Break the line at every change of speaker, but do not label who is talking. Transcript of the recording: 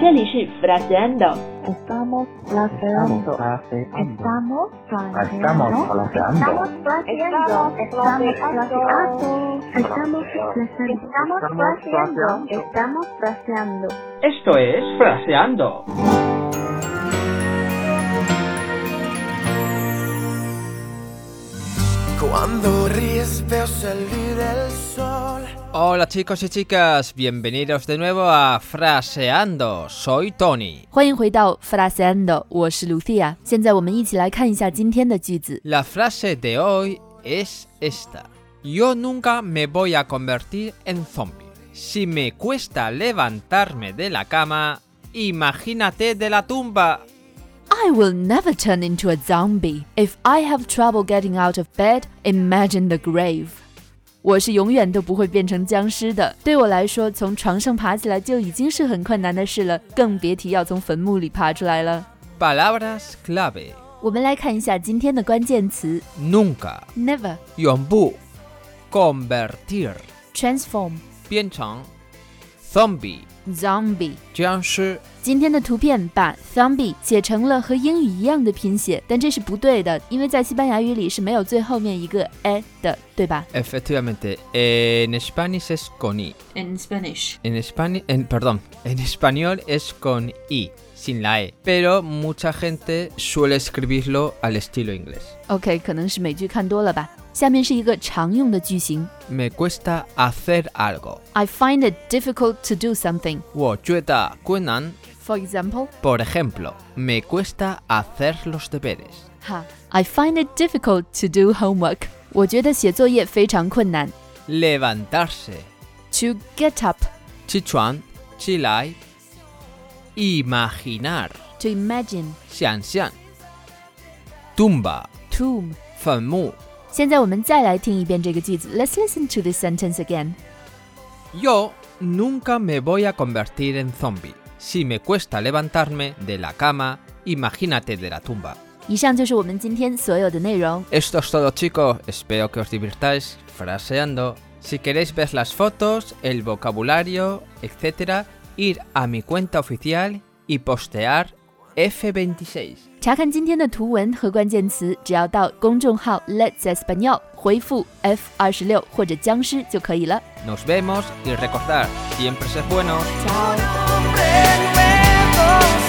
这里是 fraseando，
Estamos
Estamos
placeando.
placeando.
Estamos
Estamos
placeando.
placeando.
placeando. Estamos placeando. Estamos placeando.
Estamos placeando.
Estamos placeando.
Esto es Fraseando.
Cuando ríes veo salir el sol.
Hola chicos y chicas, bienvenidos de nuevo a Fraseando. Soy Tony.
欢迎回到 Fraseando，我是 Lucia。现在我们一起来看一下今天的句子。
La frase de hoy es esta. Yo nunca me voy a convertir en zombie. Si me cuesta levantarme de la cama, imagínate de la tumba.
I will never turn into a zombie. If I have trouble getting out of bed, imagine the grave. 我是永远都不会变成僵尸的。对我来说，从床上爬起来就已经是很困难的事了，更别提要从坟墓里爬出来了。
Palabras clave.
我们来看一下今天的关键词
Nunca.
never,
Yombu. Convertir.
transform,
变成 zombie.
zombie。
僵尸。
今天的图片把 zombie 写成了和英语一样的拼写，但这是不对的，因为在西班牙语里是没有最后面一个 a 的，对吧
Efectivamente, en Spanish es con i.
？In Spanish,
En, Espani- en, perdón, en español es con i, sin la e. Pero mucha gente suele escribirlo al estilo inglés.
OK，可能是美剧看多了吧。下面是一个常用的句型
Me cuesta hacer algo.
：I find it difficult to do something.
我觉得困难.
For example，
Por ejemplo, me cuesta hacer los deberes.
哈，I find it difficult to do homework. 我觉得写作业非常困难。
Levantarse.
To get up,
Chichuan, chilai. Imaginar.
to imagine,
Xianxian. Tumba.
tomb.
坟墓.
现在我们再来听一遍这个句子。Let's listen to this sentence again.
Yo nunca me voy a convertir en zombie. Si me cuesta levantarme de la cama, imagínate de la tumba.
以上就是我们今天所有的内容。
Esto es todo chicos, espero que os divirtáis fraseando. Si queréis ver las fotos, el vocabulario, etc., ir a mi cuenta oficial y postear F26.
查看今天的图文和关键词，只要到公众号 Let's Espanol 回复 F 二十六或者僵尸就可以了。
Nos vemos y recordar, siempre ser buenos.
De nuevo